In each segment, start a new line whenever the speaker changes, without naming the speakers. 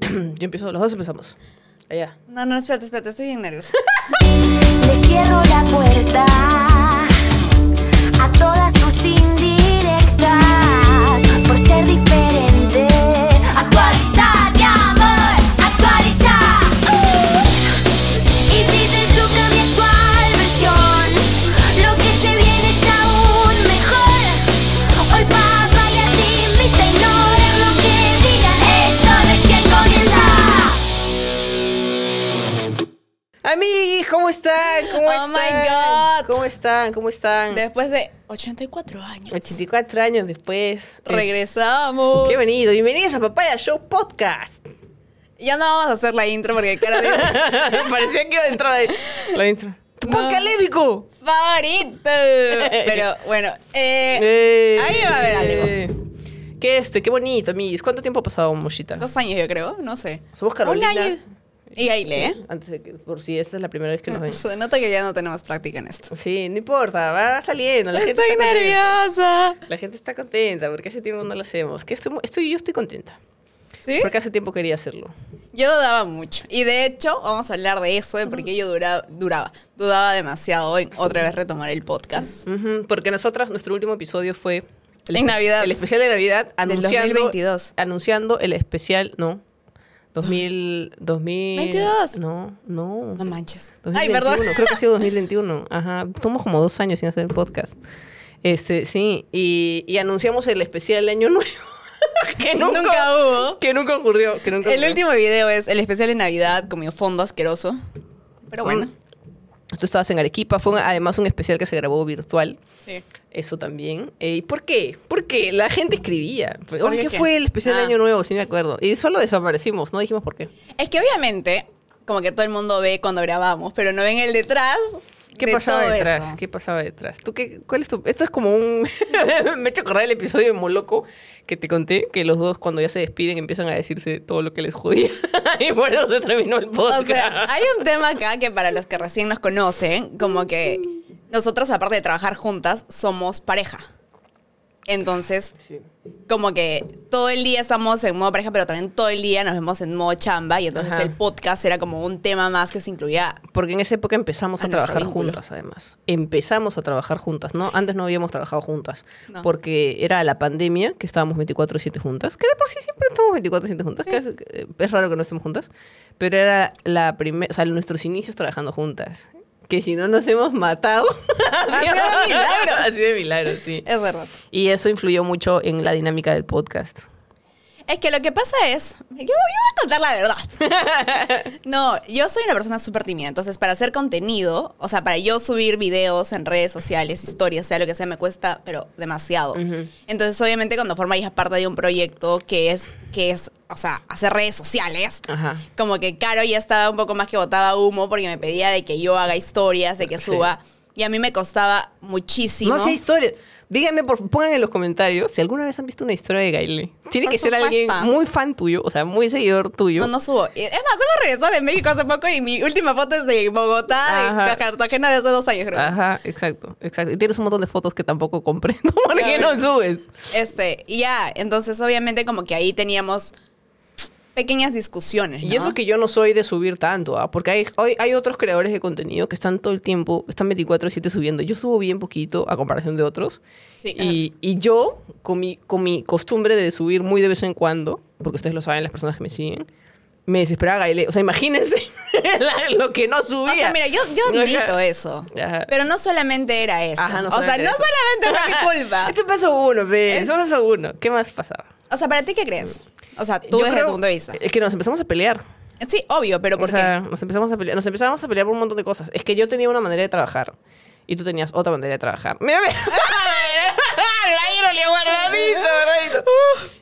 Yo empiezo, los dos empezamos. Allá.
No, no, espérate, espérate, estoy bien nerviosa.
Le cierro la puerta a todas tus indirectas por ser diferente. Actualiza, mi amor, actualiza. Uh. Y si te truca mi actual versión, lo que se viene es aún mejor. Hoy papá ya te invita a ignorar lo que digan. Esto recién comienza.
Amigos, ¿cómo están? ¿Cómo
Oh
están?
my God.
¿Cómo están? ¿Cómo están?
Después de 84 años.
84 años después.
Regresamos.
Bienvenido, bienvenidos a Papaya Show Podcast.
Ya no vamos a hacer la intro porque cara de
Parecía que iba a entrar ahí. La intro. ¡Tu
No.
podcast lébico!
favorito. Pero bueno, eh,
Eh,
ahí va a haber algo.
eh. Qué este, qué bonito, amigos. ¿Cuánto tiempo ha pasado, Moshita?
dos años yo creo, no sé.
Somos Carolina.
Un año. Y ahí lee.
Antes de que, por si esta es la primera vez que nos ven.
Se nota que ya ¿eh? no tenemos práctica en esto.
Sí, no importa, va saliendo. La gente
Estoy
está contenta.
nerviosa.
La gente está contenta porque hace tiempo no lo hacemos. Que estoy, mu- estoy- yo estoy contenta
¿Sí?
porque hace tiempo quería hacerlo.
Yo dudaba mucho. Y de hecho, vamos a hablar de eso, de por qué yo duraba, duraba. Dudaba demasiado en otra vez retomar el podcast.
Ujú, porque nosotras, nuestro último episodio fue.
En
espe-
Navidad.
El especial de Navidad anunciando.
2022.
Anunciando el especial, no. 2000. 2000
22.
No, no.
No manches. Ay,
2021,
perdón.
creo que ha sido 2021. Ajá, estamos como dos años sin hacer el podcast. Este, sí, y, y anunciamos el especial Año Nuevo. que nunca,
Nunca hubo.
Que nunca ocurrió. Que nunca
El
ocurrió.
último video es el especial de Navidad con mi fondo asqueroso. Pero bueno.
Tú estabas en Arequipa, fue un- además un especial que se grabó virtual.
Sí.
Eso también. Eh, ¿Y por qué? Porque la gente escribía.
¿Por
Oye,
qué
¿Qué
qué?
fue el especial de
Ah.
Año Nuevo? Sí, me acuerdo. Y solo desaparecimos, no dijimos por qué.
Es que obviamente, como que todo el mundo ve cuando grabamos, pero no ven el detrás.
¿Qué
de
pasaba
todo
detrás?
eso.
¿Qué pasaba detrás? ¿Tú qué, cuál es tu, esto es como un... me he hecho acordar el episodio de Moloco que te conté, que los dos cuando ya se despiden empiezan a decirse todo lo que les jodía. y por eso se terminó el
O
podcast.
sea, hay un tema acá que para los que recién nos conocen, como que nosotros, aparte de trabajar juntas, somos pareja. Entonces,
Sí.
como que todo el día estamos en modo pareja, pero también todo el día nos vemos en modo chamba. Y entonces
Ajá.
el podcast era como un tema más que se incluía.
Porque en esa época empezamos
A
a,
nuestro
trabajar
vínculo.
juntas, además. Empezamos a trabajar juntas, ¿no? Antes no habíamos trabajado juntas.
No.
Porque era la pandemia que estábamos 24-7 juntas. Que de por sí siempre estamos 24-7 juntas. que es, que es raro que no estemos juntas. Pero era la primera. O sea, nuestros inicios trabajando juntas. Que si no nos hemos matado.
Ha sido un milagro.
Ha sido un milagro, sí.
Es verdad.
Y eso influyó mucho en la dinámica del podcast.
Es que lo que pasa es. Yo, yo voy a contar la verdad. No, yo soy una persona súper tímida. Entonces, para hacer contenido, o sea, para yo subir videos en redes sociales, historias, sea lo que sea, me cuesta, pero demasiado. Entonces, obviamente, cuando formáis parte de un proyecto que es, que es, o sea, hacer redes sociales.
Ajá.
Como que Caro ya estaba un poco más que botaba humo porque me pedía de que yo haga historias, de que
Sí.
suba. Y a mí me costaba muchísimo.
No sé historia. Díganme, por, pongan en los comentarios si alguna vez han visto una historia de Gaile. Tiene
Por
que ser alguien
supuesto.
muy fan tuyo, o sea, muy seguidor tuyo.
No, no subo. Es más, hemos regresado de México hace poco y mi última foto es de Bogotá,
Ajá. Ah.
de Cartagena de hace dos años, creo.
Ajá, exacto, exacto. Y tienes un montón de fotos que tampoco comprendo por qué no subes.
Este, y ya, entonces obviamente como que ahí teníamos pequeñas discusiones.
Y eso que yo no soy de subir tanto, ¿ah? porque hay, hoy hay otros creadores de contenido que están todo el tiempo, están 24-7 subiendo. Yo subo bien poquito a comparación de otros.
Sí,
y, y yo, con mi, con mi costumbre de subir muy de vez en cuando, porque ustedes lo saben, las personas que me siguen, me desesperaba Gaile. O sea, imagínense la- lo que no subía.
O sea, mira, yo, yo
Ajá.
admito eso.
Ajá.
Pero no solamente era eso.
Ajá, no
o sea,
solamente
no
eso.
solamente fue mi culpa. ¿Eh?
Eso pasó uno, ve. Eso pasó uno. ¿Qué más pasaba?
O sea, ¿para ti qué crees? O sea,
Yo
tú desde
creo
tu punto de vista.
Es que nos empezamos a pelear.
Sí, obvio, pero
O
¿por
sea, nos empezamos a pelear. Nos empezamos a pelear por un montón de cosas. Es que yo tenía una manera de trabajar y tú tenías otra manera de trabajar. Mira, mira. Ahí lo le guardadito, guardadito.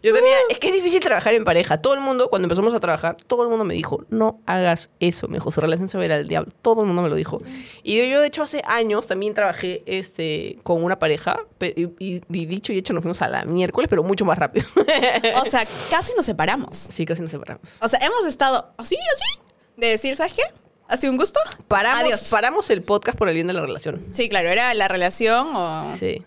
Yo tenía, es que es difícil trabajar en pareja. Todo el mundo, cuando empezamos a trabajar, todo el mundo me dijo, no hagas eso. Me dijo, su relación se va a ir al diablo. Todo el mundo me lo dijo. Y yo, yo, de hecho, hace años también trabajé este, con una pareja. pe- Y, y- y dicho y hecho, nos fuimos a la miércoles, pero mucho más rápido.
qué? O sea, casi nos separamos.
sí, casi nos separamos.
O sea, hemos estado así, así, de decir, ¿sabes qué? Ha sido un gusto.
Paramos,
Adiós.
paramos el podcast por el bien de la relación.
Sí, claro, era la relación o...
Sí.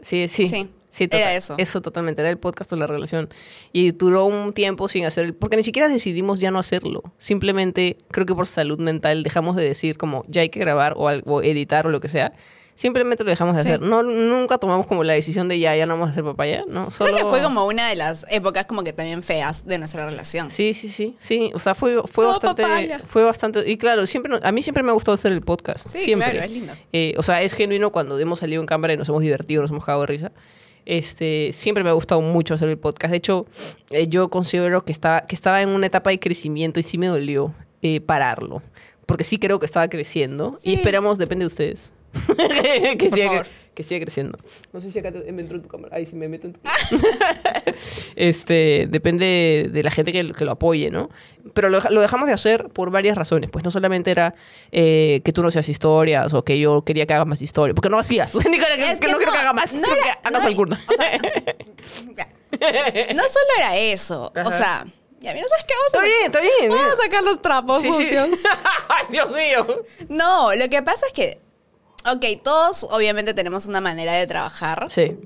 Sí, sí.
Sí.
Sí. Sí, total-
Era eso.
Eso totalmente, era el podcast o la relación. Y duró un tiempo sin hacer, porque ni siquiera decidimos ya no hacerlo. Simplemente, creo que por salud mental dejamos de decir como ya hay que grabar o algo, editar o lo que sea. Simplemente lo dejamos de
Sí.
hacer. No, nunca tomamos como la decisión de ya, ya no vamos a hacer papaya, ¿no? Solo...
Creo que fue como una de las épocas como que también feas de nuestra relación.
Sí, sí, sí, sí. O sea, fue, fue
Todo
bastante,
Oh, papaya.
fue bastante. Y claro, siempre, no- a mí siempre me ha gustado hacer el podcast.
Sí,
siempre.
claro, es lindo.
Eh, o sea, es genuino cuando hemos salido en cámara y nos hemos divertido, nos hemos cagado de risa. Este, siempre me ha gustado mucho hacer el podcast. De hecho, eh, yo considero que estaba, que estaba en una etapa de crecimiento y sí me dolió eh, pararlo. Porque sí creo que estaba creciendo. Y
Sí.
esperamos, depende de ustedes. que,
Por
siga,
favor.
que siga creciendo. No sé si acá te- me entró en tu cámara. Ay, si me meto en tu este, depende de la gente que, que lo apoye, ¿no? Pero lo, deja- lo dejamos de hacer por varias razones. Pues no solamente era eh, que tú no seas historias o que yo quería que hagas más historias, porque no hacías. Ni que, que-
Es
que no, quiero que hagas más,
no
quiero que
era-
hagas
no-
alguna.
o sea, ya. no solo era eso,
Eh, Ajá.
o sea, ya mira, ¿sabes qué? Vamos
está
a,
bien, está bien.
vamos a sacar los trapos
Sí, sí.
sucios.
Ay, Dios mío.
No, lo que pasa es que, ok, todos obviamente tenemos una manera de trabajar,
Sí.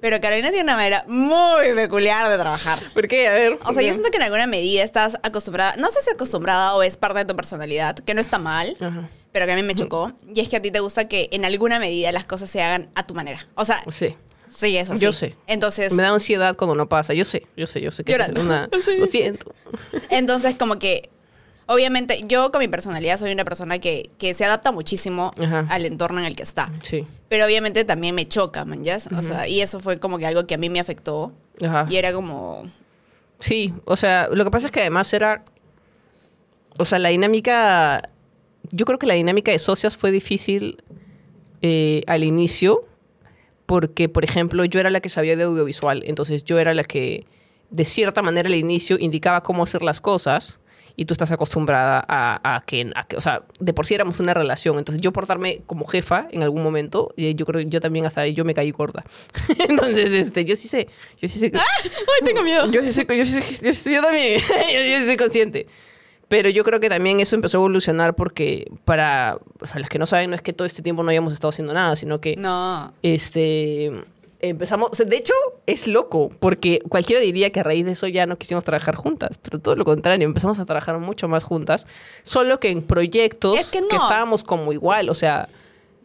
pero Carolina tiene una manera muy peculiar de trabajar.
¿Por qué? A ver.
O sea, yo siento que en alguna medida estás acostumbrada, no sé si acostumbrada o es parte de tu personalidad, que no está mal,
Ajá.
pero que a mí me chocó. Y es que a ti te gusta que en alguna medida las cosas se hagan a tu manera. O sea,
Sí.
sí, es así.
Yo sé.
Entonces,
Me da ansiedad cuando no pasa. Yo sé, yo sé, yo sé que es
Llorando.
una.
Sí.
Lo siento.
entonces como que, obviamente, yo con mi personalidad soy una persona que, que se adapta muchísimo
Ajá.
al entorno en el que está.
Sí.
Pero obviamente también me choca, man, ¿ya? O sea, y eso fue como que algo que a mí me afectó.
Ajá.
Y era como,
Sí, o sea, lo que pasa es que además era. O sea, la dinámica. Yo creo que la dinámica de socias fue difícil eh, al inicio, porque, por ejemplo, yo era la que sabía de audiovisual, entonces yo era la que, de cierta manera, al inicio indicaba cómo hacer las cosas. Y tú estás acostumbrada a, a que, a que- o sea, de por sí éramos una relación. Entonces yo portarme como jefa en algún momento, y yo creo que yo también hasta ahí yo me caí gorda. Entonces, este, yo sí sé, yo sí sé que...
¡ay, tengo miedo!
Yo sí soy, yo sí soy- yo sí- yo también, yo sí soy consciente. Pero yo creo que también eso empezó a evolucionar porque para o sea, los que no saben, no es que todo este tiempo no hayamos estado haciendo nada, sino que
No.
este empezamos, o sea, de hecho es loco porque cualquiera diría que a raíz de eso ya no quisimos trabajar juntas, pero todo lo contrario, empezamos a trabajar mucho más juntas, solo que en proyectos
Es que no.
estábamos como igual, o sea,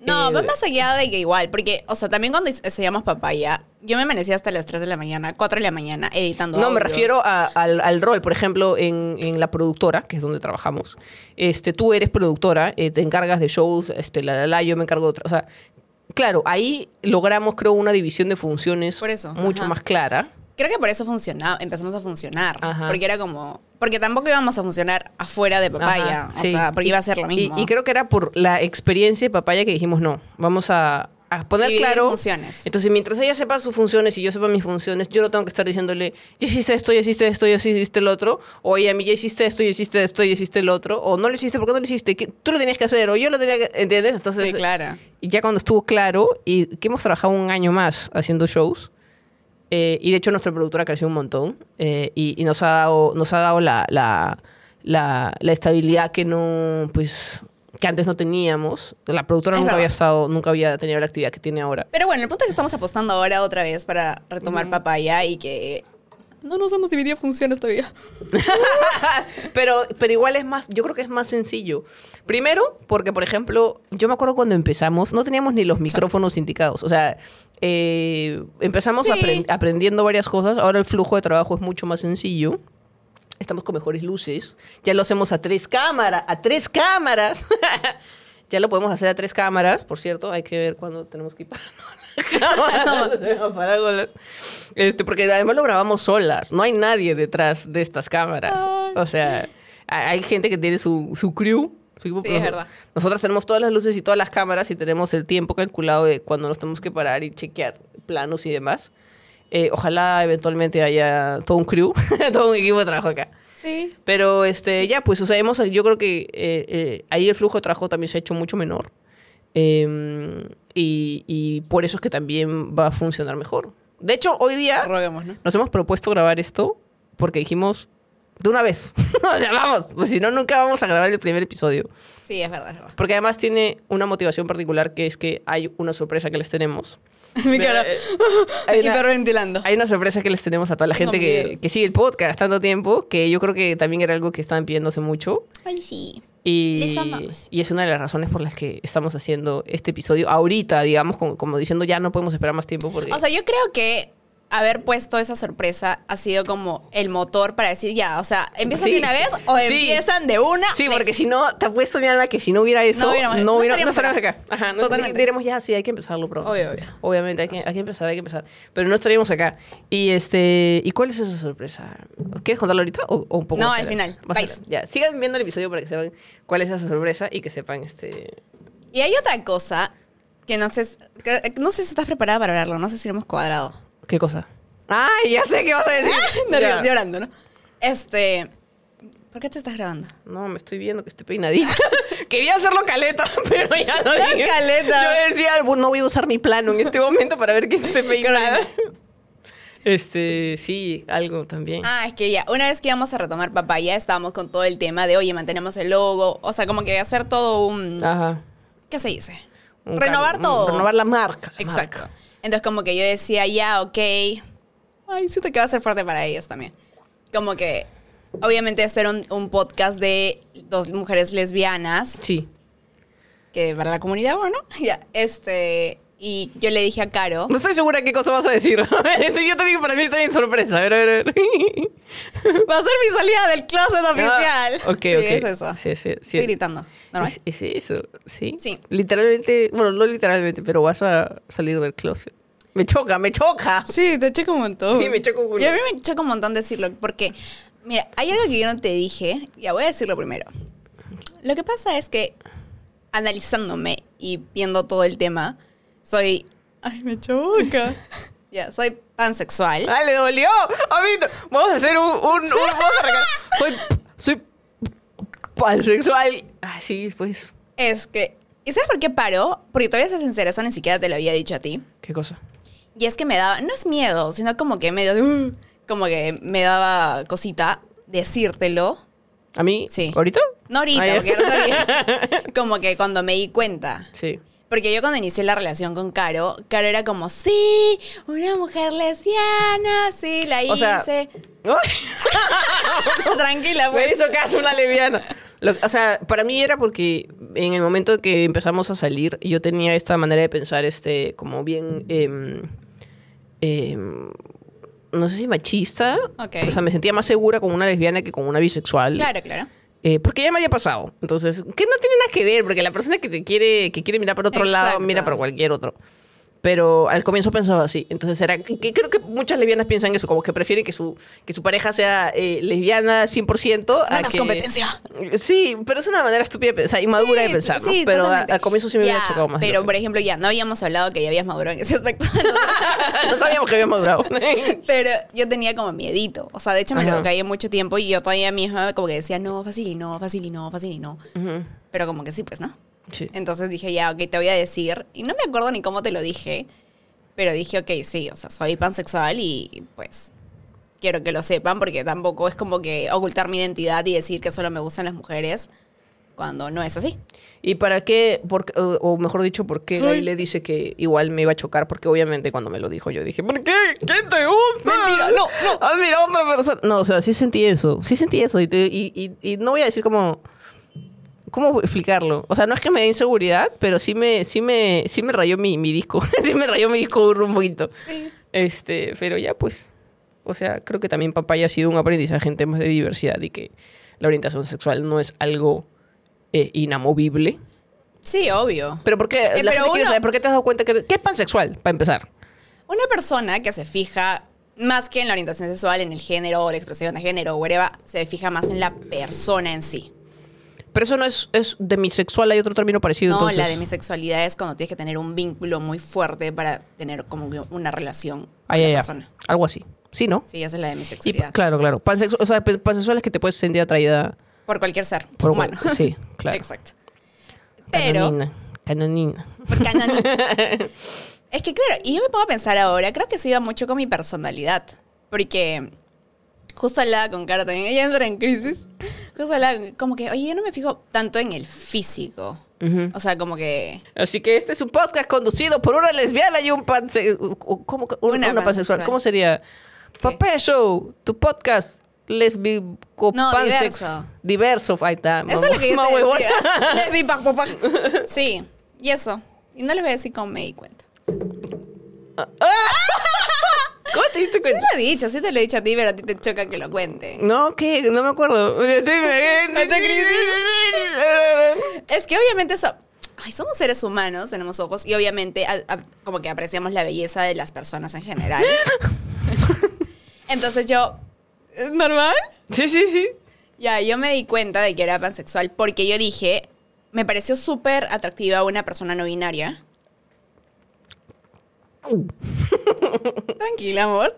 No,
eh,
va más allá de que igual, porque, o sea, también cuando hacíamos papaya, yo me amanecía hasta las 3 de la mañana, 4 de la mañana, editando.
No, me
audios.
refiero a- al, al rol. Por ejemplo, en, en la productora, que es donde trabajamos, este, tú eres productora, eh, te encargas de shows, este, la, la, la, yo me encargo de otra. O sea, claro, ahí logramos, creo, una división de funciones
Por eso,
mucho
ajá.
más clara.
Creo que por eso funcionaba, empezamos a funcionar.
Ajá.
Porque era como. Porque tampoco íbamos a funcionar afuera de papaya.
Ajá,
o
sí.
sea, porque
Y-
iba a ser lo
y-
mismo.
Y, creo que era por la experiencia de papaya que dijimos, no, vamos a, a poner
Dividir
claro.
funciones.
Entonces, mientras ella sepa sus funciones y yo sepa mis funciones, yo no tengo que estar diciéndole, ya hiciste esto, ya hiciste esto, ya hiciste el otro. O ella a mí, ya hiciste esto, ya hiciste esto, ya hiciste el otro. O no lo hiciste, ¿por qué no lo hiciste? ¿Qué- Tú lo tenías que hacer, o yo lo tenía que. ¿Entiendes? Entonces,
Sí, claro.
y ya cuando estuvo claro, y que hemos trabajado un año más haciendo shows, eh, y de hecho nuestra productora creció un montón, eh, y, y nos ha dado, nos ha dado la, la, la, la estabilidad que no, pues, que antes no teníamos. La productora
Es
nunca
verdad.
había estado, nunca había tenido la actividad que tiene ahora.
Pero bueno, el punto es que estamos apostando ahora otra vez para retomar papaya y que. No nos hemos dividido funciones todavía.
Pero, pero igual es más, yo creo que es más sencillo. Primero, porque, por ejemplo, yo me acuerdo cuando empezamos, no teníamos ni los micrófonos indicados. O sea, eh, empezamos
Sí.
apren- aprendiendo varias cosas. Ahora el flujo de trabajo es mucho más sencillo. Estamos con mejores luces. Ya lo hacemos a tres cámaras. A tres cámaras. ya lo podemos hacer a tres cámaras. Por cierto, hay que ver cuándo tenemos que ir para parábolas. Este, porque además lo grabamos solas. No hay nadie detrás de estas cámaras.
Ay.
O sea, ha- hay gente que tiene su, su crew. su equipo,
Sí,
pero
es
nos-
verdad.
Nosotras tenemos todas las luces y todas las cámaras y tenemos el tiempo calculado de cuando nos tenemos que parar y chequear planos y demás. Eh, ojalá eventualmente haya todo un crew, todo un equipo de trabajo acá.
Sí.
Pero este, ya, pues, o sea, hemos, yo creo que eh, eh, ahí el flujo de trabajo también se ha hecho mucho menor. Eh, y, y por eso es que también va a funcionar mejor. De hecho, hoy día
Roguemos, ¿no?
nos hemos propuesto grabar esto porque dijimos, de una vez, O sea, vamos, pues, si no, nunca vamos a grabar el primer episodio.
Sí, es verdad, es verdad.
Porque además tiene una motivación particular que es que hay una sorpresa que les tenemos.
Mi cara.
Eh, hay
y
una-
hiperventilando.
Hay una sorpresa que les tenemos a toda la
Tengo
gente que,
miedo.
que sigue el podcast tanto tiempo, que yo creo que también era algo que estaban pidiéndose mucho.
Ay, sí.
Y,
Les amamos.
y es una de las razones por las que estamos haciendo este episodio ahorita, digamos, como, como diciendo ya no podemos esperar más tiempo porque...
O sea, yo creo que haber puesto esa sorpresa ha sido como el motor para decir ya, o sea, ¿empiezan
Sí.
de una vez o
Sí.
empiezan de una?
Sí,
vez?
porque si no, te apuesto mi alma que si no hubiera eso, no hubiéramos, no
No hubiéramos- no
no
estaríamos
estaríamos acá. Ajá, no
Totalmente.
diremos ya, sí, hay que empezarlo pronto.
Obvio, obvio.
Obviamente, hay que, hay que empezar, hay que empezar. Pero no estaríamos acá. Y este, ¿y cuál es esa sorpresa? ¿Quieres contarlo ahorita o, o un poco
No,
más
al
adelante?
final.
Más
Vais.
adelante. Ya, sigan viendo el episodio para que sepan cuál es esa sorpresa y que sepan este...
Y hay otra cosa que no sé, s- que- no sé si estás preparada para hablarlo, no sé si lo hemos cuadrado.
¿Qué cosa? ¡Ah, ya sé qué vas a decir!
Nerviosa,
Ya.
llorando, ¿no? Este, ¿por qué te estás grabando?
No, me estoy viendo que esté peinadita. Quería hacerlo caleta, pero ya lo
No,
dije.
caleta.
Yo decía, "Bu- no voy a usar mi plano en este momento para ver que esté peinada. Este, sí, algo también.
Ah, es que ya, una vez que íbamos a retomar papaya, estábamos con todo el tema de, oye, mantenemos el logo, o sea, como que hacer todo un...
Ajá.
¿Qué se dice?
Un
renovar
cambio, un-
todo.
Renovar la marca. la
Exacto.
marca.
Entonces, como que yo decía, ya, ok. Ay, siento que va a ser fuerte para ellas también. Como que, obviamente, hacer un, un podcast de dos mujeres lesbianas,
Sí.
que para la comunidad, bueno, ya, este. Y yo le dije a Caro,
No estoy segura qué cosa vas a decir. A ver, este, yo también, para mí está bien sorpresa. A ver, a ver, a ver.
va a ser mi salida del closet oficial.
Ah, ok,
Sí,
ok.
es eso.
Sí, sí, sí.
Estoy gritando. Normal.
Es, es eso, ¿sí?
Sí.
Literalmente, bueno, no literalmente, pero vas a salir del closet. Me choca, me choca.
Sí, te choca un montón.
Sí, me choca un culo.
Y a mí me choca un montón decirlo, porque, mira, hay algo que yo no te dije, ya voy a decirlo primero. Lo que pasa es que, analizándome y viendo todo el tema, soy... Ay, me choca. ya, soy pansexual.
¡Ay, le dolió! A mí, no- vamos a hacer un... un, un- vamos a arrancar. Soy... Soy... Pansexual. Así, pues.
Es que... ¿Y sabes por qué paro? Porque todavía esa sincera, eso ni siquiera te lo había dicho a ti.
¿Qué cosa?
Y es que me daba, no es miedo, sino como que medio de... "Uh", como que me daba cosita decírtelo.
¿A mí?
Sí.
¿Ahorita?
No ahorita,
Ah, ya.
porque ya lo sabías. Como que cuando me di cuenta.
Sí.
Porque yo cuando inicié la relación con Caro, Caro era como, sí, una mujer lesbiana, sí, la E hice.
O sea...
Tranquila,
Me
pues.
hizo caso una leviana. o sea, para mí era porque en el momento que empezamos a salir, yo tenía esta manera de pensar, este, como bien, em, em, no sé si machista.
Ok.
O sea, me sentía más segura con una lesbiana que con una bisexual.
Claro, claro.
Eh, porque ya me había pasado. Entonces, que no tiene nada que ver, porque la persona que te quiere, que quiere mirar para otro lado,
Exacto.
mira para cualquier otro. Pero al comienzo pensaba así. Entonces era que que creo que muchas lesbianas piensan eso, como que prefieren que su, que su pareja sea eh, lesbiana 100%. a
Menos
que-
competencia.
Sí, pero es una manera estúpida de pensar, inmadura de
Sí,
pensar, ¿no?
sí,
Pero a-
totalmente.
al comienzo sí me hubiera
Ya,
chocado más. de
Pero,
lo
por
que-
ejemplo, ya no habíamos hablado que ya habías madurado en ese aspecto. entonces-
no sabíamos que había madurado.
Pero yo tenía como miedito. O sea, de hecho me
Ajá.
lo caí mucho tiempo y yo todavía misma como que decía, no, fácil y no, fácil y no, fácil y no.
Ujú,
Pero como que sí, pues, ¿no?
sí.
Entonces dije, ya, ok, te voy a decir. Y no me acuerdo ni cómo te lo dije, pero dije, ok, sí, o sea, soy pansexual y pues quiero que lo sepan porque tampoco es como que ocultar mi identidad y decir que solo me gustan las mujeres cuando no es así.
¿Y para qué? por qué- o, o mejor dicho, ¿por qué Gaby le dice que igual me iba a chocar? Porque obviamente cuando me lo dijo yo dije, ¿por qué? ¿Quién te gusta?
Mentira, no, no.
Has mirado a otra persona. No, o sea, sí sentí eso. Sí sentí eso. Y, te- y- y- y no voy a decir cómo... ¿Cómo explicarlo? O sea, no es que me dé inseguridad, pero sí me, sí me, sí me rayó mi, mi disco. sí me rayó mi disco duro un poquito.
Sí.
Este, pero ya pues. O sea, creo que también papaya ha sido un aprendizaje en temas de diversidad y que la orientación sexual no es algo eh, inamovible.
Sí, obvio.
Pero ¿por qué? La gente
Eh, pero
quiere
uno-
saber, ¿por qué te has dado cuenta que qué es pansexual para empezar?
Una persona que se fija más que en la orientación sexual, en el género o la expresión de género, whatever, se fija más en la persona en sí.
Pero eso no es, es demisexual, hay otro término parecido
No,
entonces.
la de mi sexualidad es cuando tienes que tener un vínculo muy fuerte para tener como que una relación
Ah,
con
ya,
la
ya.
persona.
Algo así. Sí, ¿no?
Sí, esa es la de mi
Y- pues,
sexualidad.
claro, claro. Pansexual, o sea, pe- pansexual es que te puedes sentir atraída
Por cualquier ser
por
humano.
Sí, claro.
Exacto. Pero,
Canonina. Canonina.
por canon- es que claro, y yo me pongo a pensar ahora, creo que se iba mucho con mi personalidad. Porque justo hablaba con Caro también, ella entra en crisis. Justo hablaba, como que, oye, yo no me fijo tanto en el físico.
Mm. Ujú.
O sea, como que...
Así que este es un podcast conducido por una lesbiana y un panse... ¿cómo? que- Una,
Una
una pansexual.
pansexual.
¿Cómo sería? Papé Show, tu podcast lesbico
No,
pansex
diverso.
diverso. Ahí está.
Eso
mamá-
es lo que yo
mamá
te
huevona.
decía. Les vi pa, pa, pa. Sí, y eso. Y no les voy a decir cómo me di cuenta.
¿Cómo te diste
Sí
cuenta?
lo he dicho, sí te lo he dicho a ti, pero a ti te choca que lo cuente.
No, ¿qué? No me acuerdo.
Es que obviamente eso... Ay, somos seres humanos, tenemos ojos y obviamente a- a- como que apreciamos la belleza de las personas en general. Entonces yo... ¿Es normal?
Sí, sí, sí.
Ya, yo me di cuenta de que era pansexual porque yo dije, me pareció súper atractiva una persona no binaria. Tranquila, amor.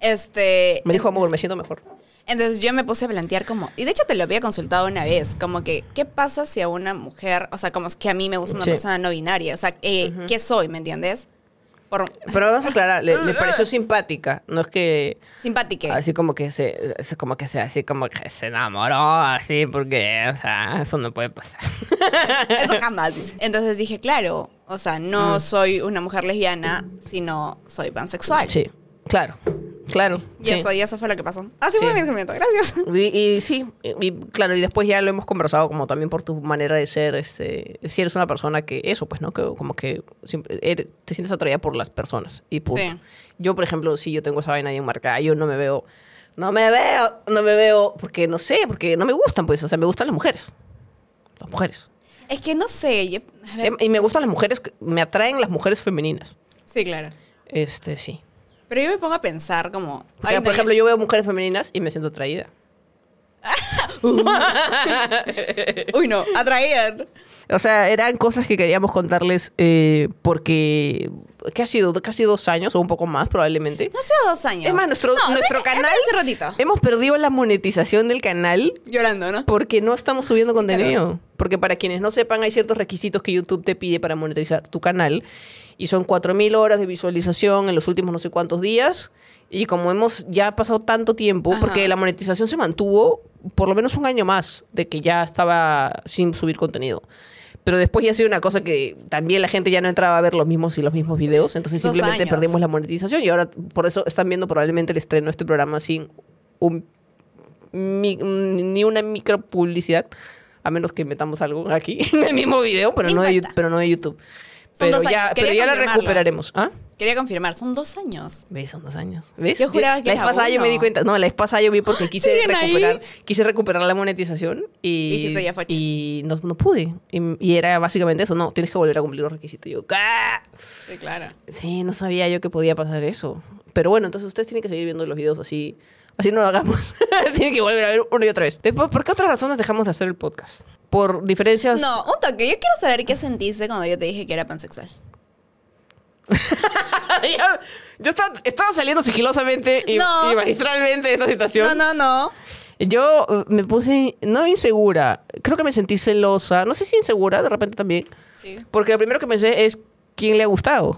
Este,
Me dijo amor, me siento mejor.
entonces yo me puse a plantear como, y de hecho te lo había consultado una vez, como que, ¿qué pasa si a una mujer, o sea, como es que a mí me gusta una
Sí.
persona no binaria? O sea, eh, ¿qué soy, me entiendes? Por
Pero vamos a aclarar, le, le pareció simpática. No es que
simpática.
así como que se, es como que se, así como que se enamoró, así, porque, o sea, eso no puede pasar.
Eso jamás dice. Entonces dije, claro, o sea, no soy una mujer lesbiana, sino soy pansexual.
Sí, claro, claro.
Y
sí.
eso, y eso fue lo que pasó. Así
Sí.
fue mi descubrimiento, gracias.
Y, y sí, y, y claro, y después ya lo hemos conversado como también por tu manera de ser, este, si eres una persona que eso, pues, ¿no? Que como que siempre eres- te sientes atraída por las personas y punto.
Sí.
Yo, por ejemplo, si yo tengo esa vaina bien marcada, yo no me veo, no me veo, no me veo, porque no sé, porque no me gustan, pues, o sea, me gustan las mujeres. Las mujeres.
Es que no sé, yo- a ver,
Em, Y me gustan las mujeres, que- me atraen las mujeres femeninas.
sí, claro.
Este, sí.
Pero yo me pongo a pensar como...
O sea,
ay,
por
no,
ejemplo, yo veo mujeres femeninas y me siento atraída.
Uy, no, atraer.
O sea, eran cosas que queríamos contarles eh, porque... ¿Qué ha sido? Casi dos años o un poco más probablemente.
No hace dos años.
Es más, nuestro,
No,
nuestro
es- es
canal...
Hace ratito.
Hemos perdido la monetización del canal
Llorando, ¿no?
porque no estamos subiendo contenido. Porque para quienes no sepan, hay ciertos requisitos que YouTube te pide para monetizar tu canal. Y son 4.000 horas de visualización en los últimos no sé cuántos días. Y como hemos ya pasado tanto tiempo,
Ajá.
porque la monetización se mantuvo por lo menos un año más de que ya estaba sin subir contenido. Pero después ya ha sido una cosa que también la gente ya no entraba a ver los mismos y los mismos videos. Entonces
Dos
simplemente
años.
perdimos la monetización. Y ahora por eso están viendo probablemente el estreno de este programa sin un mi- mm, ni una micro publicidad, a menos que metamos algo aquí en el mismo video, pero,
No
no, de,
importa.
Yu- pero no de YouTube.
Son
Pero
dos
ya,
años,
pero
quería
ya la
confirmarlo.
recuperaremos. ¿Ah?
Quería confirmar, son dos años.
¿Ves? Son dos años. ¿Ves?
Yo juraba que
La
era
vez pasada yo me
uno.
di cuenta. No, la vez pasada yo vi porque quise
¿Siguen ahí?
recuperar, quise recuperar la monetización y,
Dijiste, ya fue.
y no, no pude. Y, y era básicamente eso. No, tienes que volver a cumplir los requisitos. Y yo, ¡ah!
Sí, claro.
Sí, no sabía yo que podía pasar eso. Pero bueno, entonces ustedes tienen que seguir viendo los videos así. Así no lo hagamos. tienen que volver a ver uno y otra vez. Después, ¿por qué otras razones dejamos de hacer el podcast? Por diferencias.
No, un toque. Yo quiero saber qué sentiste cuando yo te dije que era pansexual.
yo yo estaba, estaba saliendo sigilosamente y,
No.
y magistralmente de esta situación.
No, no, no.
Yo eh, me puse. No insegura. Creo que me sentí celosa. No sé si insegura de repente también.
Sí.
Porque lo primero que pensé es quién le ha gustado.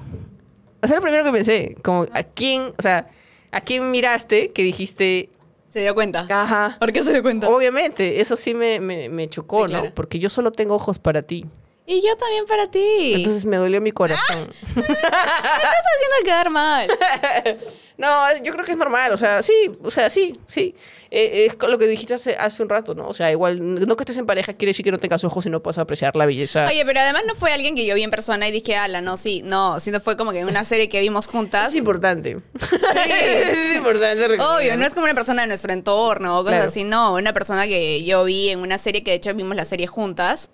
O sea, lo primero que pensé, como a quién, o sea, a quién miraste que dijiste,
Se dio cuenta.
ajá,
¿Por qué se dio
Oh.
cuenta?
Obviamente, eso sí me, me- me chocó,
Sí,
¿no?
claro.
Porque yo solo tengo ojos para ti.
Y yo también para ti.
Entonces me dolió mi corazón.
Me estás haciendo quedar mal.
No, yo creo que es normal, o sea, sí, o sea, sí, sí. Eh, es con lo que dijiste hace, hace un rato, ¿no? O sea, igual, no que estés en pareja quiere decir que no tengas ojos y no puedas apreciar la belleza.
Oye, pero además no fue alguien que yo vi en persona y dije, ala, no, sí, no, sino fue como que en una serie que vimos juntas.
es importante. es importante. recordar.
Obvio, no es como una persona de nuestro entorno o cosas
Claro.
así, no, una persona que yo vi en una serie que de hecho vimos la serie juntas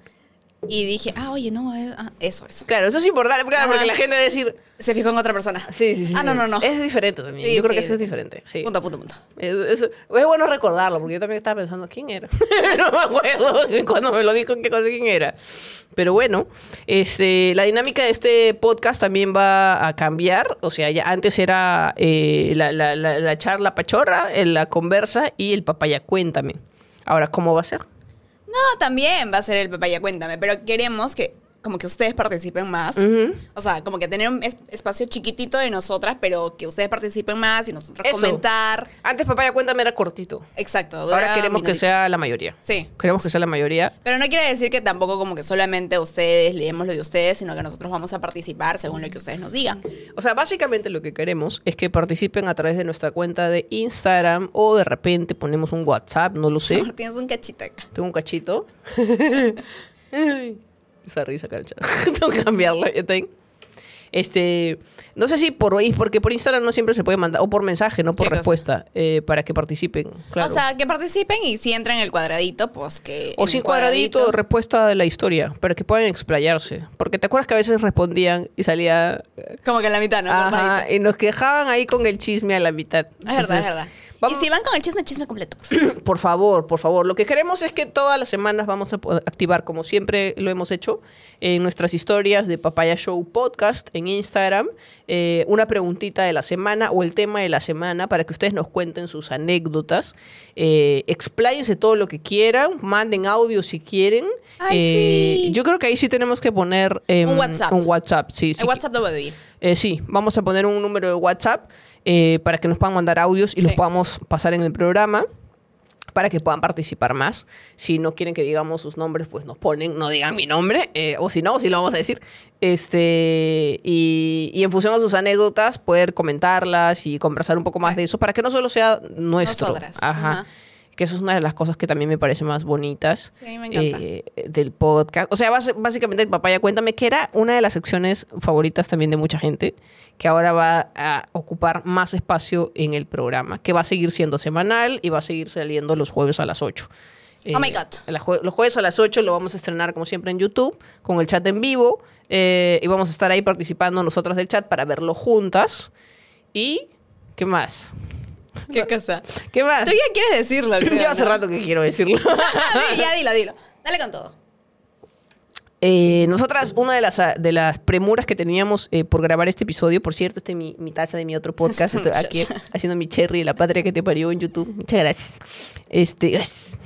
y dije, ah, oye, no, eh, ah, eso, eso.
Claro, eso es importante, claro,
Ajá.
porque la gente va a decir...
Se fijó en otra persona.
Sí, sí, sí.
Ah, no, no, no.
Es diferente también.
Sí,
yo creo
sí.
que eso es diferente, sí.
Punto, punto, punto.
Es, es- es bueno recordarlo, porque yo también estaba pensando quién era. no me acuerdo cuando me lo dijo qué cosa quién era. Pero bueno, este, la dinámica de este podcast también va a cambiar. O sea, ya antes era eh, la, la- la- la charla pachorra, eh, la conversa y el papaya cuéntame. Ahora, ¿cómo va a ser?
No, también va a ser el papaya, cuéntame, pero queremos que, como que ustedes participen más.
Ujú.
O sea, como que tener un es- espacio chiquitito de nosotras, pero que ustedes participen más y nosotros
Eso.
comentar.
Antes papá ya cuéntame era cortito.
Exacto.
Ahora
dura
queremos que
minutitos.
sea la mayoría.
Sí.
Queremos que sea la mayoría.
Pero no quiere decir que tampoco como que solamente ustedes leemos lo de ustedes, sino que nosotros vamos a participar según lo que ustedes nos digan.
O sea, básicamente lo que queremos es que participen a través de nuestra cuenta de Instagram o de repente ponemos un WhatsApp, no lo sé.
Amor, Tienes un cachito acá.
Tengo un cachito. Ay, Esa risa, cancha. Tengo que cambiarla. ya ten. Este, no sé si por hoy, porque por Instagram no siempre se puede mandar, o por mensaje, no por
Sí, pues.
respuesta, eh, para que participen. Claro.
O sea, que participen y si entran en el cuadradito, pues que... en
O
el
sin cuadradito, respuesta de la historia, para que puedan explayarse. Porque te acuerdas que a veces respondían y salía. eh,
Como que en la mitad, ¿no? Cortadito.
ajá, y nos quejaban ahí con el chisme a la mitad.
Es verdad, es
Entonces,
verdad.
vamos-
Y si van con el chisme, chisme completo.
Por favor, por favor. Lo que queremos es que todas las semanas vamos a po- activar, como siempre lo hemos hecho, en nuestras historias de Papaya Show Podcast en Instagram, eh, una preguntita de la semana o el tema de la semana para que ustedes nos cuenten sus anécdotas. Eh, expláyense todo lo que quieran, manden audio si quieren.
Ay,
Eh,
sí.
Yo creo que ahí sí tenemos que poner em,
Un WhatsApp.
Un WhatsApp, sí. sí.
El WhatsApp debo de ir.
Eh, sí, vamos a poner un número de WhatsApp eh, para que nos puedan mandar audios y los
Sí.
podamos pasar en el programa para que puedan participar más. Si no quieren que digamos sus nombres, pues nos ponen, no digan mi nombre, eh, o si no, si lo vamos a decir. Este, y, y en función a sus anécdotas, poder comentarlas y conversar un poco más de eso, para que no solo sea nuestro.
Nosotras,
Ajá.
ajá.
Que eso es una de las cosas que también me parece más bonitas
Sí, a mí me encanta.
eh, del podcast. O sea, bas- básicamente el Papaya Cuéntame, que era una de las secciones favoritas también de mucha gente, que ahora va a ocupar más espacio en el programa, que va a seguir siendo semanal y va a seguir saliendo los jueves a las 8.
Oh my God.
la jue- los jueves a las 8 lo vamos a estrenar, como siempre, en YouTube, con el chat en vivo. eh, y vamos a estar ahí participando nosotras del chat para verlo juntas. ¿Y qué más?
¿Qué cosa? Tú
¿Qué más?
ya quieres decirlo, creo,
Yo hace
¿no?
rato que quiero decirlo.
Ah, sí, ya dilo, dilo. Dale con todo.
Eh, nosotras, una de las, de las premuras que teníamos eh, por grabar este episodio, por cierto, este es mi, mi taza de mi otro podcast, estoy aquí haciendo mi cherry de la patria que te parió en YouTube. Muchas gracias. Este, gracias.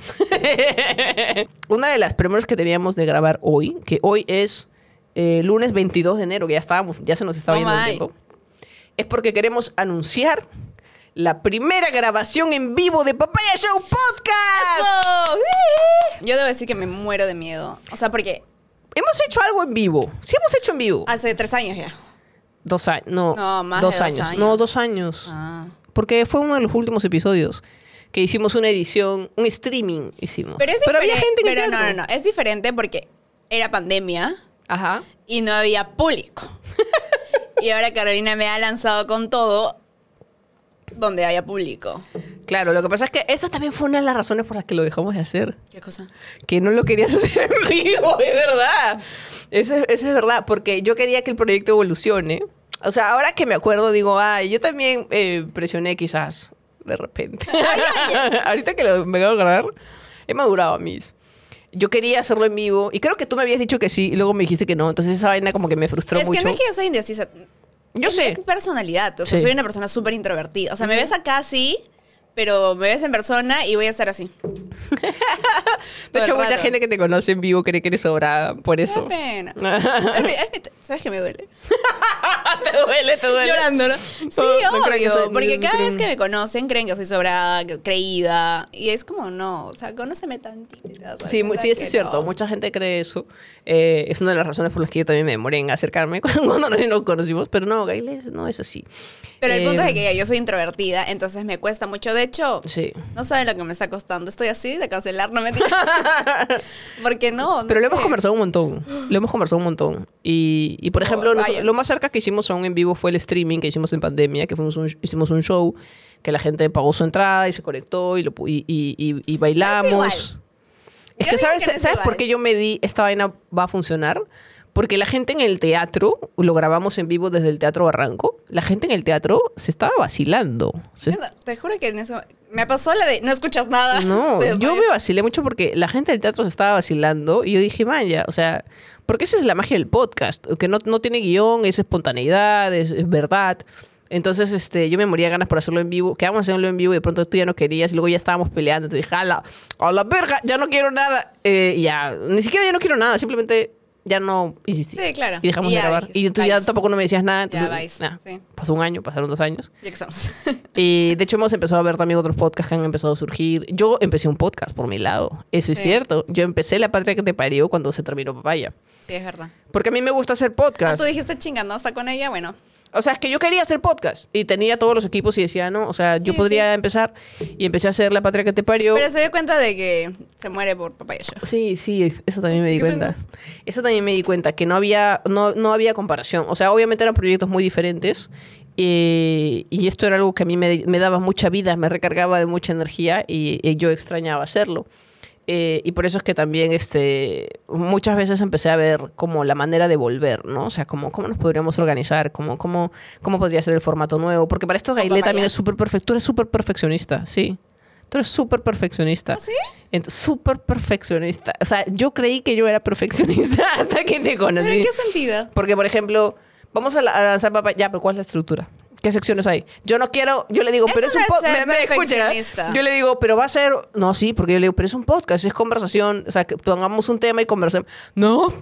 una de las premuras que teníamos de grabar hoy, que hoy es eh, lunes 22 de enero, que ya estábamos, ya se nos estaba
Oh
yendo el
my.
tiempo, es porque queremos anunciar la primera grabación en vivo de Papaya Show Podcast.
¡Eso! Yo debo decir que me muero de miedo. O sea, porque
Hemos hecho algo en vivo. Sí hemos hecho en vivo.
hace tres años ya.
Dos años. No,
No, más de
dos
dos
años.
años.
No, dos años.
Ah.
Porque fue uno de los últimos episodios que hicimos una edición, un streaming hicimos.
Pero es
había
diferente-
gente en el
pero no,
teatro.
no, no. Es diferente porque era pandemia
Ajá.
y no había público. y ahora Carolina me ha lanzado con todo donde haya público.
Claro, lo que pasa es que esa también fue una de las razones por las que lo dejamos de hacer.
¿Qué cosa?
Que no lo querías hacer en vivo, es verdad. Eso, es- eso es verdad, porque yo quería que el proyecto evolucione. O sea, ahora que me acuerdo, digo, ay, yo también eh, presioné quizás, de repente. Ahorita que lo, me acabo de acordar, he madurado, mis. Yo quería hacerlo en vivo, y creo que tú me habías dicho que sí, y luego me dijiste que no. Entonces esa vaina como que me frustró
es
mucho.
que no es que yo soy indecisa.
Yo
Es
sé.
mi personalidad. O sea,
Sí.
soy una persona súper introvertida. O sea, me ves acá así, pero me ves en persona y voy a estar así.
De
todo
hecho,
el
mucha
rato.
gente que te conoce en vivo cree que eres sobrada por eso.
Qué pena. Ay, me- ay, me- ¿Sabes que me duele?
Ah, te duele, te duele.
Llorando, ¿no? Sí,
no creo que
obvio.
soy-
porque
no
cada
creo.
vez que me conocen creen que soy sobrada, que- creída. Y es como, no. O sea, conóceme tantito. y te das
Sí, mu-
cuenta
sí, eso
que
es cierto.
no.
Mucha gente cree eso. Eh, es una de las razones por las que yo también me demoré en acercarme cuando recién nos conocimos. Pero no, Gailes no es así.
Pero el punto
Eh,
es que ya, yo soy introvertida, entonces me cuesta mucho. De hecho,
Sí.
no saben lo que me está costando. Estoy así de cancelar, no me Porque no. no
Pero lo hemos
sé.
conversado un montón. Lo hemos conversado un montón. Y, y, por ejemplo, nos-
Oh, vaya.
lo más cerca que hicimos a un en vivo fue el streaming que hicimos en pandemia, que fuimos un- hicimos un show que la gente pagó su entrada y se conectó y, lo pu- y, y- y- y bailamos. Es,
igual. Yo
que,
digo
¿sabes,
que no es
¿sabes por
igual.
qué yo me di esta vaina va a funcionar? Porque la gente en el teatro, lo grabamos en vivo desde el Teatro Barranco, la gente en el teatro se estaba vacilando. Se-
Te juro que en eso. Me pasó la de. No escuchas nada.
no,
Te-
yo me vacilé mucho porque la gente del teatro se estaba vacilando y yo dije, man, ya, o sea, porque esa es la magia del podcast, que no, no tiene guión, es espontaneidad, es, es verdad. Entonces, este, yo me moría de ganas por hacerlo en vivo, quedamos a hacerlo en vivo y de pronto tú ya no querías y luego ya estábamos peleando, te dije, a la, a la verga, ya no quiero nada. Eh, ya, ni siquiera ya no quiero nada, simplemente ya no hiciste.
Sí, claro.
Y dejamos
Y
de
ya
grabar.
dije,
Y tú ya
vais.
tampoco no me decías nada.
Ya
entonces,
vais,
nada.
sí.
Pasó un año, pasaron dos años.
Ya que estamos.
Y de hecho hemos empezado a ver también otros podcasts que han empezado a surgir. Yo empecé un podcast por mi lado, eso es
Sí.
cierto. Yo empecé La Patria que te parió cuando se terminó Papaya.
sí, es verdad.
Porque a mí me gusta hacer
Ah,
podcast.
tú dijiste chinga, ¿no? Está con ella, bueno.
O sea, es que yo quería hacer podcast y tenía todos los equipos y decía, no, o sea, yo
Sí,
podría
sí.
empezar y empecé a hacer La Patria que te parió.
Pero se dio cuenta de que se muere por papaya.
Sí, sí, eso también me di
Yo
cuenta. Eso también me di cuenta, que no había, no, no había comparación. O sea, obviamente eran proyectos muy diferentes. eh, y esto era algo que a mí me, me daba mucha vida, me recargaba de mucha energía y, y yo extrañaba hacerlo. Eh, y por eso es que también este, muchas veces empecé a ver como la manera de volver, ¿no? O sea, como, cómo nos podríamos organizar, cómo, cómo, cómo podría ser el formato nuevo. Porque para esto Gailé
papaya.
también es súper perfecto, tú eres súper perfeccionista, sí. Tú eres súper perfeccionista.
¿Ah, sí?
Ent- Súper perfeccionista. O sea, yo creí que yo era perfeccionista hasta que te
¿Pero
conocí.
en qué sentido?
Porque, por ejemplo, vamos a, la- a lanzar papá. Ya, pero ¿cuál es la estructura? ¿Qué secciones hay? Yo no quiero, yo le digo,
Eso
pero es
no
un
es
podcast.
ser perfeccionista.
¿eh? Yo le digo, pero va a ser. No, sí, porque yo le digo, pero es un podcast, es conversación. O sea, que pongamos un tema y conversemos. No.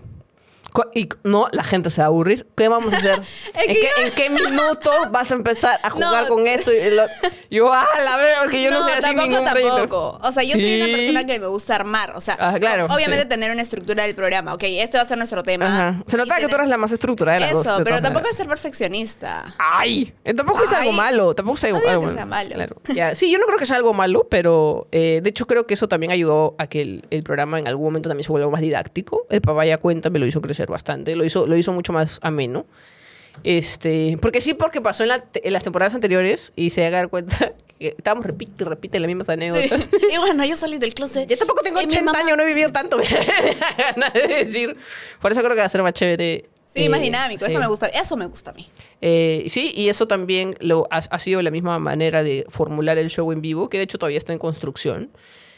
Co- Y no, la gente se va a aburrir. ¿Qué vamos a hacer?
Es
¿En,
que
qué,
yo-
en qué minuto vas a empezar a jugar
No.
con esto? Y lo- yo, ah, la veo, porque yo no, sé hacer
tampoco,
ningún proyecto.
tampoco. O sea, yo soy
Sí.
una persona que me gusta armar. O sea,
Ah, claro,
o- obviamente
sí.
tener una estructura del programa. Ok, este va a ser nuestro tema.
Ajá. Se nota
Y
que tú
tener-
eres la más estructurada de las dos.
Eso,
de
pero
todas
tampoco
maneras.
es ser perfeccionista.
¡Ay! Eh, Tampoco es algo
Ay.
malo. Tampoco es algo,
No digo
algo
que sea malo.
Ya, Sí, yo no creo que sea algo malo, pero eh, de hecho creo que eso también ayudó a que el, el programa en algún momento también se vuelva más didáctico. El papaya cuenta me lo hizo crecer bastante, lo hizo, lo hizo mucho más ameno. Este, porque sí, porque pasó en, la te- en las temporadas anteriores y se llega a dar cuenta que estábamos repite y repite las mismas
Sí.
anécdotas.
Y bueno, yo salí del closet.
Yo tampoco tengo
Y Eh, mi
80
mamá-
años, no he vivido tanto. me da ganas de decir. Por eso creo que va a ser más chévere.
Sí,
eh,
más dinámico.
sí.
Eso me gusta. Eso me gusta a mí.
Eh, sí, y eso también lo ha, ha sido la misma manera de formular el show en vivo, que de hecho todavía está en construcción.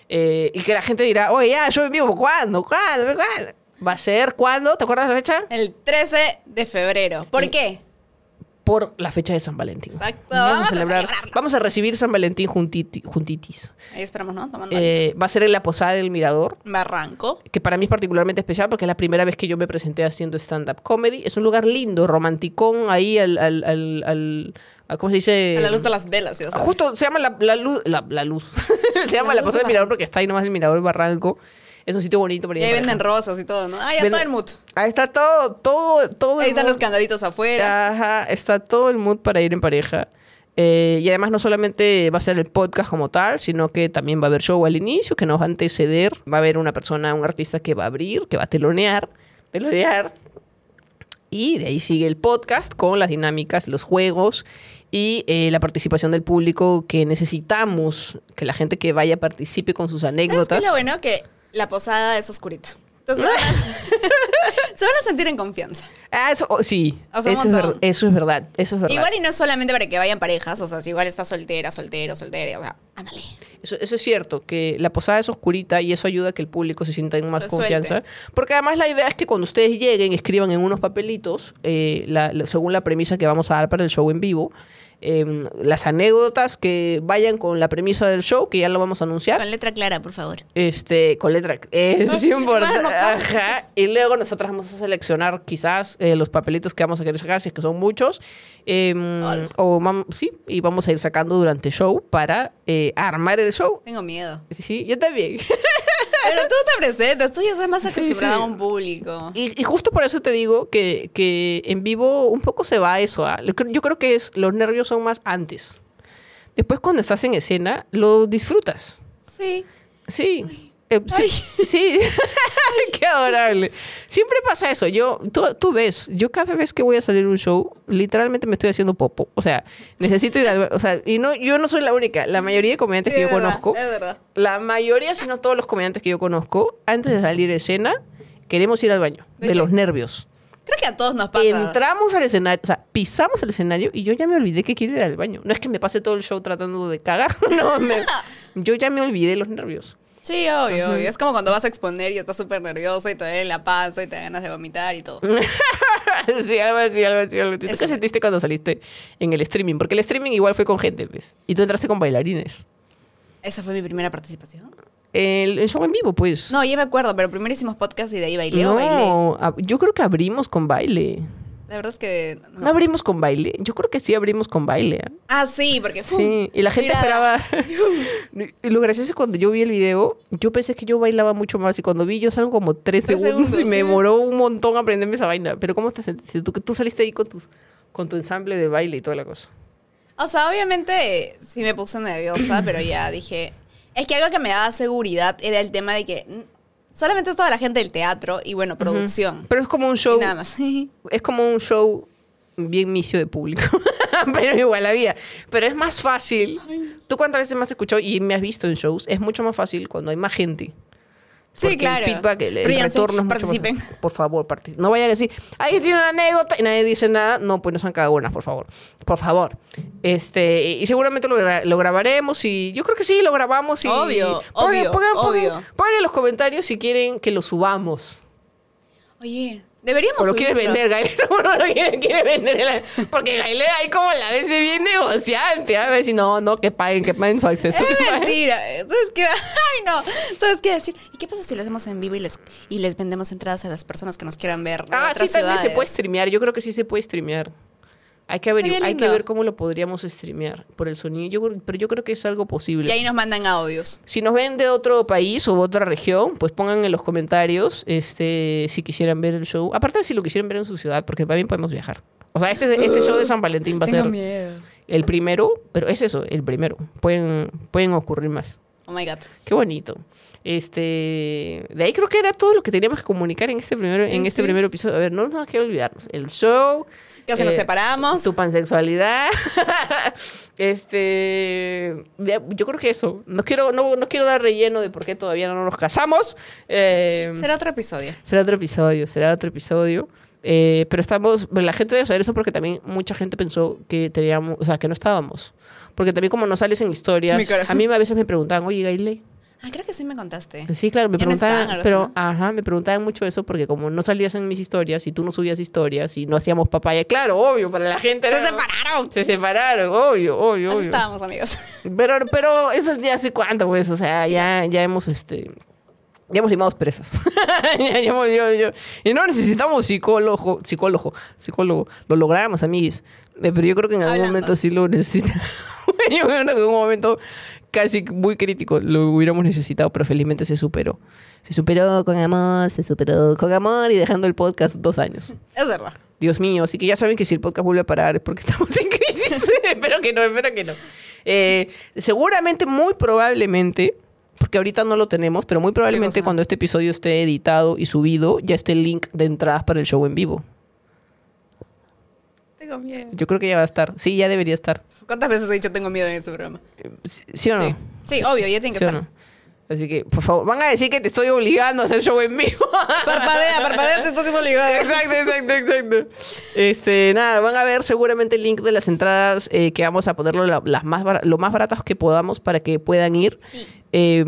Eh, y que la gente dirá, oye, ya, show en vivo, ¿cuándo? ¿Cuándo? ¿Cuándo? ¿Va a ser? ¿Cuándo? ¿Te acuerdas la fecha?
El 13 de febrero. ¿Por
Y-
qué?
Por la fecha de San Valentín.
Exacto,
Vamos,
vamos
a
a
celebrar.
celebrarlo.
vamos a recibir San Valentín juntiti- juntitis.
Ahí esperamos, ¿no? Tomando
Eh, va a ser en la posada del Mirador.
algo. Barranco.
que para mí es particularmente especial porque es la primera vez que yo me presenté haciendo stand-up comedy. Es un lugar lindo, romanticón, ahí al... al, al, al- a- ¿Cómo se dice?
A la luz de las velas. ¿sí? O sea,
eh, Justo se llama la, la luz... La, la luz. se llama la,
luz
cosa del
del
mirador porque está ahí nomás el mirador del barranco. Es un sitio bonito para
y
ir en
ahí
pareja.
venden rosas y todo, ¿no? Ah, ya
Venden-
todo el mood.
Ahí está todo, todo, todo el
Ahí están
mood.
los candaditos afuera.
Ajá, está todo el mood para ir en pareja. Eh, y además no solamente va a ser el podcast como tal, sino que también va a haber show al inicio, que nos va a anteceder. Va a haber una persona, un artista que va a abrir, que va a telonear, telonear. Y de ahí sigue el podcast con las dinámicas, los juegos y eh, la participación del público que necesitamos, que la gente que vaya participe con sus
¿Sabes qué
anécdotas.
es lo bueno? Que la posada es oscurita. Entonces se van a- se van a sentir en confianza.
Ah, eso oh, sí,
O sea, un
eso, es
montón.
ver- eso es verdad, eso es verdad.
Igual y no es solamente para que vayan parejas, o sea, si igual está soltera, soltero, soltera, o sea, ándale.
Eso, eso es cierto, que la posada es oscurita y eso ayuda a que el público se sienta en más
Se
confianza.
suelte.
Porque además la idea es que cuando ustedes lleguen, escriban en unos papelitos, eh, la- la- según la premisa que vamos a dar para el show en vivo, em, las anécdotas que vayan con la premisa del show, que ya lo vamos a anunciar.
Con letra clara, por favor.
Este, con letra. Eso es importante.
Bueno, claro.
Ajá. Y luego nosotras vamos a seleccionar quizás eh, los papelitos que vamos a querer sacar, si es que son muchos. Em,
Hola.
o vam- sí, y vamos a ir sacando durante el show para eh, armar el show
Tengo miedo.
Sí, sí, yo también.
Pero tú te presentas, tú ya estás más
Sí,
acostumbrada
sí.
a un público.
Y, y justo por eso te digo que, que en vivo un poco se va eso. ¿ah? Yo creo- Yo creo que es, los nervios son más antes. Después cuando estás en escena, lo disfrutas.
Sí.
Sí. Eh, sí, sí. qué adorable. Siempre pasa eso. Yo, tú, tú ves, yo cada vez que voy a salir a un show, literalmente me estoy haciñendo popo. O sea, necesito ir al... O sea, y no, yo no soy la única. La mayoría de comediantes que
Sí,
yo
es verdad,
conozco...
Es verdad.
La mayoría, si no todos los comediantes que yo conozco, antes de salir de escena, queremos ir al baño, de
Sí.
los nervios.
Creo que a todos nos pasa.
Entramos al escenario, o sea, pisamos el escenario y yo ya me olvidé que quiero ir al baño. No es que me pase todo el show tratando de cagar, no, me- yo ya me olvidé los nervios.
Sí, obvio, obvio. Es como cuando vas a exponer y estás súper nervioso y te duele la panza y te dan ganas de vomitar y todo.
sí, algo así, algo así, algo así. ¿Tú
Eso
qué
es.
sentiste cuando saliste en el streaming? Porque el streaming igual fue con gente, pues, y tú entraste con bailarines.
Esa fue mi primera participación.
el, el show en vivo, pues.
No, ya me acuerdo, pero primero hicimos podcast y de ahí bailé o
No,
bailé.
ab- yo creo que abrimos con baile.
La verdad es que. no me
¿No abrimos con baile? Yo creo que sí abrimos con baile. ¿ah?
Ah, sí, porque ¡fum!
Sí, y la gente
Tirada.
esperaba. Y lo gracioso es que cuando yo vi el video, yo pensé que yo bailaba mucho más y cuando vi yo salgo como tres,
Tres
segundos, y
segundos,
me
sí.
demoró un montón aprenderme esa vaina. Pero ¿cómo te sentiste? Tú, que tú saliste ahí con, tus, con tu ensamble de baile y toda la cosa.
O sea, obviamente sí me puse nerviosa, pero ya dije. Es que algo que me daba seguridad era el tema de que mm, solamente estaba la gente del teatro y bueno, producción.
Pero es como un show.
Y nada más.
Es como un show bien misio de público. Pero igual había. Pero es más fácil. Tú cuántas veces me has escuchado y me has visto en shows, es mucho más fácil cuando hay más gente.
Sí,
Porque
claro.
El feedback, el, el
Ríanse,
retorno es mucho más-
participen.
Por favor, parti- No vayan a decir, ahí tiene una anécdota y nadie dice nada. No, pues no sean cagonas, por favor. Por favor. Este, y seguramente lo, gra- lo grabaremos y yo creo que sí, lo grabamos. Y,
Obvio, obvio, obvio.
pongan en los comentarios si quieren que lo subamos.
Oye, deberíamos.
O lo quieres
subirlo.
vender, Gael. Seguro lo quiere, quiere vender. el- Porque Gael ahí como la vez bien negociante. A ver si no, no, que paguen, que paguen su acceso.
Es mentira. Entonces, ¿qué? Ay, no. ¿Sabes qué decir? ¿Y qué pasa si lo hacemos en vivo y les, y les vendemos entradas a las personas que nos quieran ver? de
Ah, sí,
otras
también se
ciudades?
puede streamear. Yo creo que sí se puede streamear. Hay que, averigu-
Sería
hay que
lindo.
ver cómo lo podríamos streamear por el sonido. Yo creo- pero yo creo que es algo posible.
Y ahí nos mandan audios.
Si nos ven de otro país o otra región, pues pongan en los comentarios este, si quisieran ver el show. Aparte, si lo quisieran ver en su ciudad, porque también podemos viajar. O sea, este, este show de San Valentín va a ser
miedo.
el primero, pero es eso, el primero. Pueden, pueden ocurrir más.
Oh my god.
Qué bonito. Este, de ahí creo que era todo lo que teníamos que comunicar en este primer, en
Sí,
este
sí.
primer episodio. A ver, no nos queda olvidarnos. El show.
Casi nos
eh,
separamos.
Tu pansexualidad. este, de- yo creo que eso. No quiero, no, no quiero dar relleno de por qué todavía no nos casamos. Eh,
Será otro episodio.
Será otro episodio, será otro episodio. Eh, pero estamos, bueno, la gente debe saber eso porque también mucha gente pensó que teníamos, o sea, que no estábamos. Porque también como no sales en
Mi
historias,
cara.
a mí a veces me preguntaban, oye, Gaile.
Ah, creo que sí me contaste.
Sí, claro, me
Ya no estaban,
preguntaban,
algo así,
pero,
¿no?
ajá, me preguntaban mucho eso porque como no salías en mis historias y tú no subías historias y no hacíamos papaya, claro, obvio, para la gente.
Se
era-
separaron.
Se separaron, obvio, obvio,
Así
obvio.
estábamos, amigos.
Pero, pero eso ya hace cuánto, pues. O sea, ya, ya hemos este. Ya hemos limado presas. Ya- ya hemos- yo- yo- y no necesitamos psicólogo, psicólogo, psicólogo. Lo logramos, amiguis. Eh, Pero yo creo que en algún
Hablando.
momento sí lo necesitamos. yo creo que en algún momento casi muy crítico lo hubiéramos necesitado, pero felizmente se superó. Se superó con amor, se superó con amor y dejando el podcast dos años.
Es verdad.
Dios mío, así que ya saben que si el podcast vuelve a parar es porque estamos en crisis. espero que no, espero que no. Eh, seguramente, muy probablemente, porque ahorita no lo tenemos, pero muy probablemente
cosa?
cuando este episodio esté editado y subido, ya esté el link de entradas para el show en vivo.
Tengo miedo.
Yo creo que ya va a estar. Sí, ya debería estar.
¿Cuántas veces he dicho tengo miedo en este programa?
Eh, ¿Sí, sí o no?
Sí. Sí, obvio, ya tiene que
¿Sí o
estar.
no? Así que, por favor, van a decir que te estoy obligando a hacer show en vivo.
Parpadea, parpadea, te estás haciendo ligado.
Exacto, exacto, exacto. Este, nada, van a ver seguramente el link de las entradas eh, que vamos a ponerlo la- las más bar- lo más baratas que podamos para que puedan ir. Eh,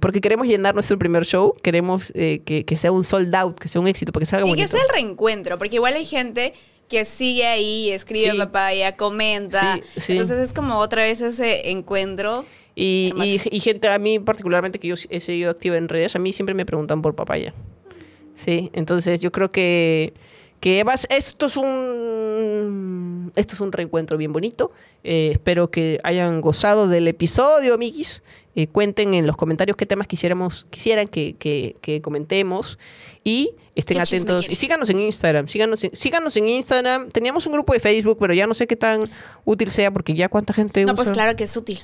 porque queremos llenar nuestro primer show, queremos eh, que, que sea un sold out, que sea un éxito, porque salga
Y
bonito.
que sea el reencuentro, porque igual hay gente que sigue ahí, escribe
Sí.
papaya, comenta.
Sí, sí.
Entonces es como otra vez ese encuentro.
Y, y-
Hermoso.
y gente, a mí particularmente que yo he seguido activa en redes, a mí siempre me preguntan por papaya. Sí, entonces yo creo que, que vas- esto es un esto es un reencuentro bien bonito. Eh, espero que hayan gozado del episodio, amiguis. Eh, cuenten en los comentarios qué temas quisiéramos, quisieran que, que- que comentemos. Y estén
¿Qué chisme
atentos.
quieren?
Y síganos en Instagram. Síganos en, síganos en Instagram. Teníamos un grupo de Facebook, pero ya no sé qué tan útil sea porque ya cuánta gente
No,
usa.
pues claro que es útil.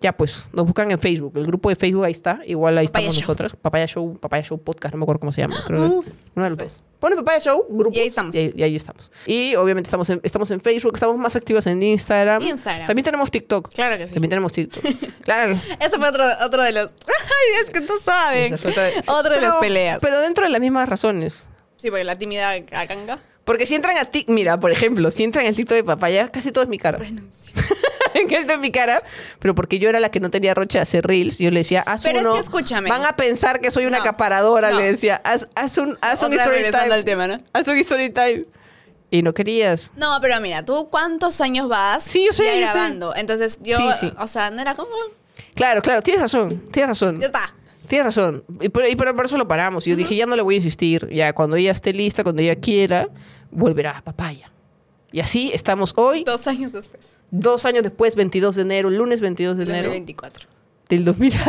Ya pues, nos buscan en Facebook. El grupo de Facebook ahí está. Igual ahí
Papaya
estamos
Show. Mm.
nosotras. Papaya Show, Papaya Show Podcast, no me acuerdo cómo se llama. Creo que- uno de los dos. Pone Papaya Show, grupo.
Y ahí estamos.
Y ahí, y ahí estamos. Y obviamente estamos en, estamos en Facebook, estamos más activos en Instagram.
Instagram.
También tenemos TikTok.
Claro que sí.
También tenemos TikTok. claro.
Ese fue otro, otro de los. Ay, es que no saben. Otro de
Pero- pues,
las peleas.
Pero dentro de las mismas razones.
Sí, porque la timidez acanga.
Porque si entran a ti, mira, por ejemplo, si entran al TikTok de papaya, casi todo es mi cara.
Renuncio.
que está en mi cara, pero porque yo era la que no tenía roche de hacer reels, yo le decía, haz
Pero es
uno,
que escúchame.
van a pensar que soy una
No,
acaparadora,
no.
le decía, haz, haz un, haz un
Otra
story
vez regresando
time,
al tema, ¿no?
haz un story time, y no querías.
No, pero mira, ¿tú cuántos años vas?
Sí, yo sé,
ya
yo sé.
grabando. Entonces yo,
Sí, sí.
o sea, no era como.
Claro, claro, tienes razón, tienes razón.
Ya está.
Tienes razón. Y por, y por- por eso lo paramos. Y yo dije, ya no le voy a insistir. Ya cuando ella esté lista, cuando ella quiera, volverá a papaya. Y así estamos hoy,
Dos años después.
dos años después, 22 de enero, lunes 22 de enero
2024.
del 2000.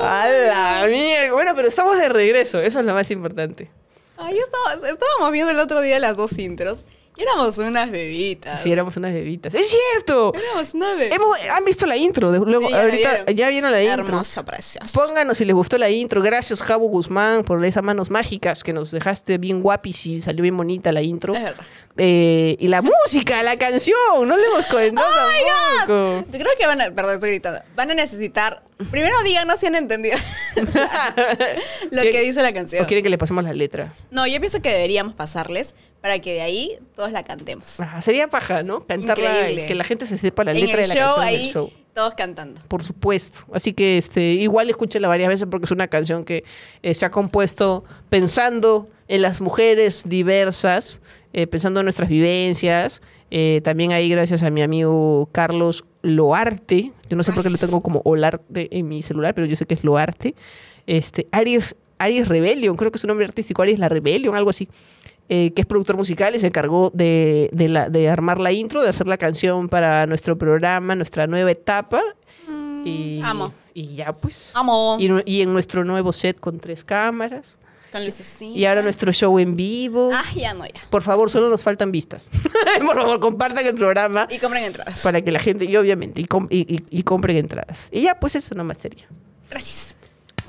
¡A la mierda! Bueno, pero estamos de regreso. Eso es lo más importante.
Ay, estábamos, estábamos viendo el otro día las dos intros y éramos unas bebitas.
Si éramos unas bebitas. ¡Es cierto!
Éramos una bebita.
Hemos, ¿Han visto la intro? De- luego,
Sí, ya la
ahorita
vieron.
ya vieron la intro.
Hermosa, preciosa.
Pónganos si les gustó la intro. Gracias, Javo Guzmán, por esas manos mágicas que nos dejaste bien guapis y salió bien bonita la intro.
Es verdad.
Eh, y la música, la canción, no le hemos contado
¡Oh, my God!
tampoco.
Creo que van a... Perdón, estoy gritando. Van a necesitar... Primero díganos si han entendido lo que dice la canción.
¿O quieren que le pasemos la letra?
No, yo pienso que deberíamos pasarles para que de ahí todos la cantemos.
Ajá, sería paja, ¿no? Cantarla,
Increíble.
que la gente se sepa la
en
letra
el
de la
show,
canción
ahí,
del show.
todos cantando.
Por supuesto. Así que este, igual escúchenla varias veces porque es una canción que eh, se ha compuesto pensando en las mujeres diversas, eh, pensando en nuestras vivencias. Eh, también ahí gracias a mi amigo Carlos Loarte. Yo no sé por qué lo tengo como Olarte en mi celular, pero yo sé que es Loarte. Este, Aries, Aries Rebellion, creo que es su nombre artístico, Aries La Rebellion, algo así eh, que es productor musical y se encargó de, de la- de armar la intro, de hacer la canción para nuestro programa, nuestra nueva etapa. y,
amo.
y ya pues.
Amo.
Y, nu- y en nuestro nuevo set con tres cámaras.
Con lucecita.
Y ahora nuestro show en vivo.
Ah, ya no, ya.
Por favor, solo nos faltan vistas. Por favor, compartan el programa
Y compren entradas.
para que la gente, y obviamente, y, com- y- y- y compren entradas. Y ya pues eso nomás sería.
Gracias.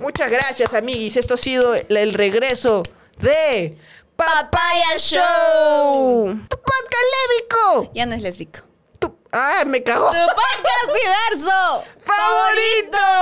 Muchas gracias, amiguis. Esto ha sido el, el regreso de Papaya Show. Tu podcast lébico.
Ya no es lésbico.
Tu- Ah, me cagó.
¡Tu podcast diverso!
¡Favorito!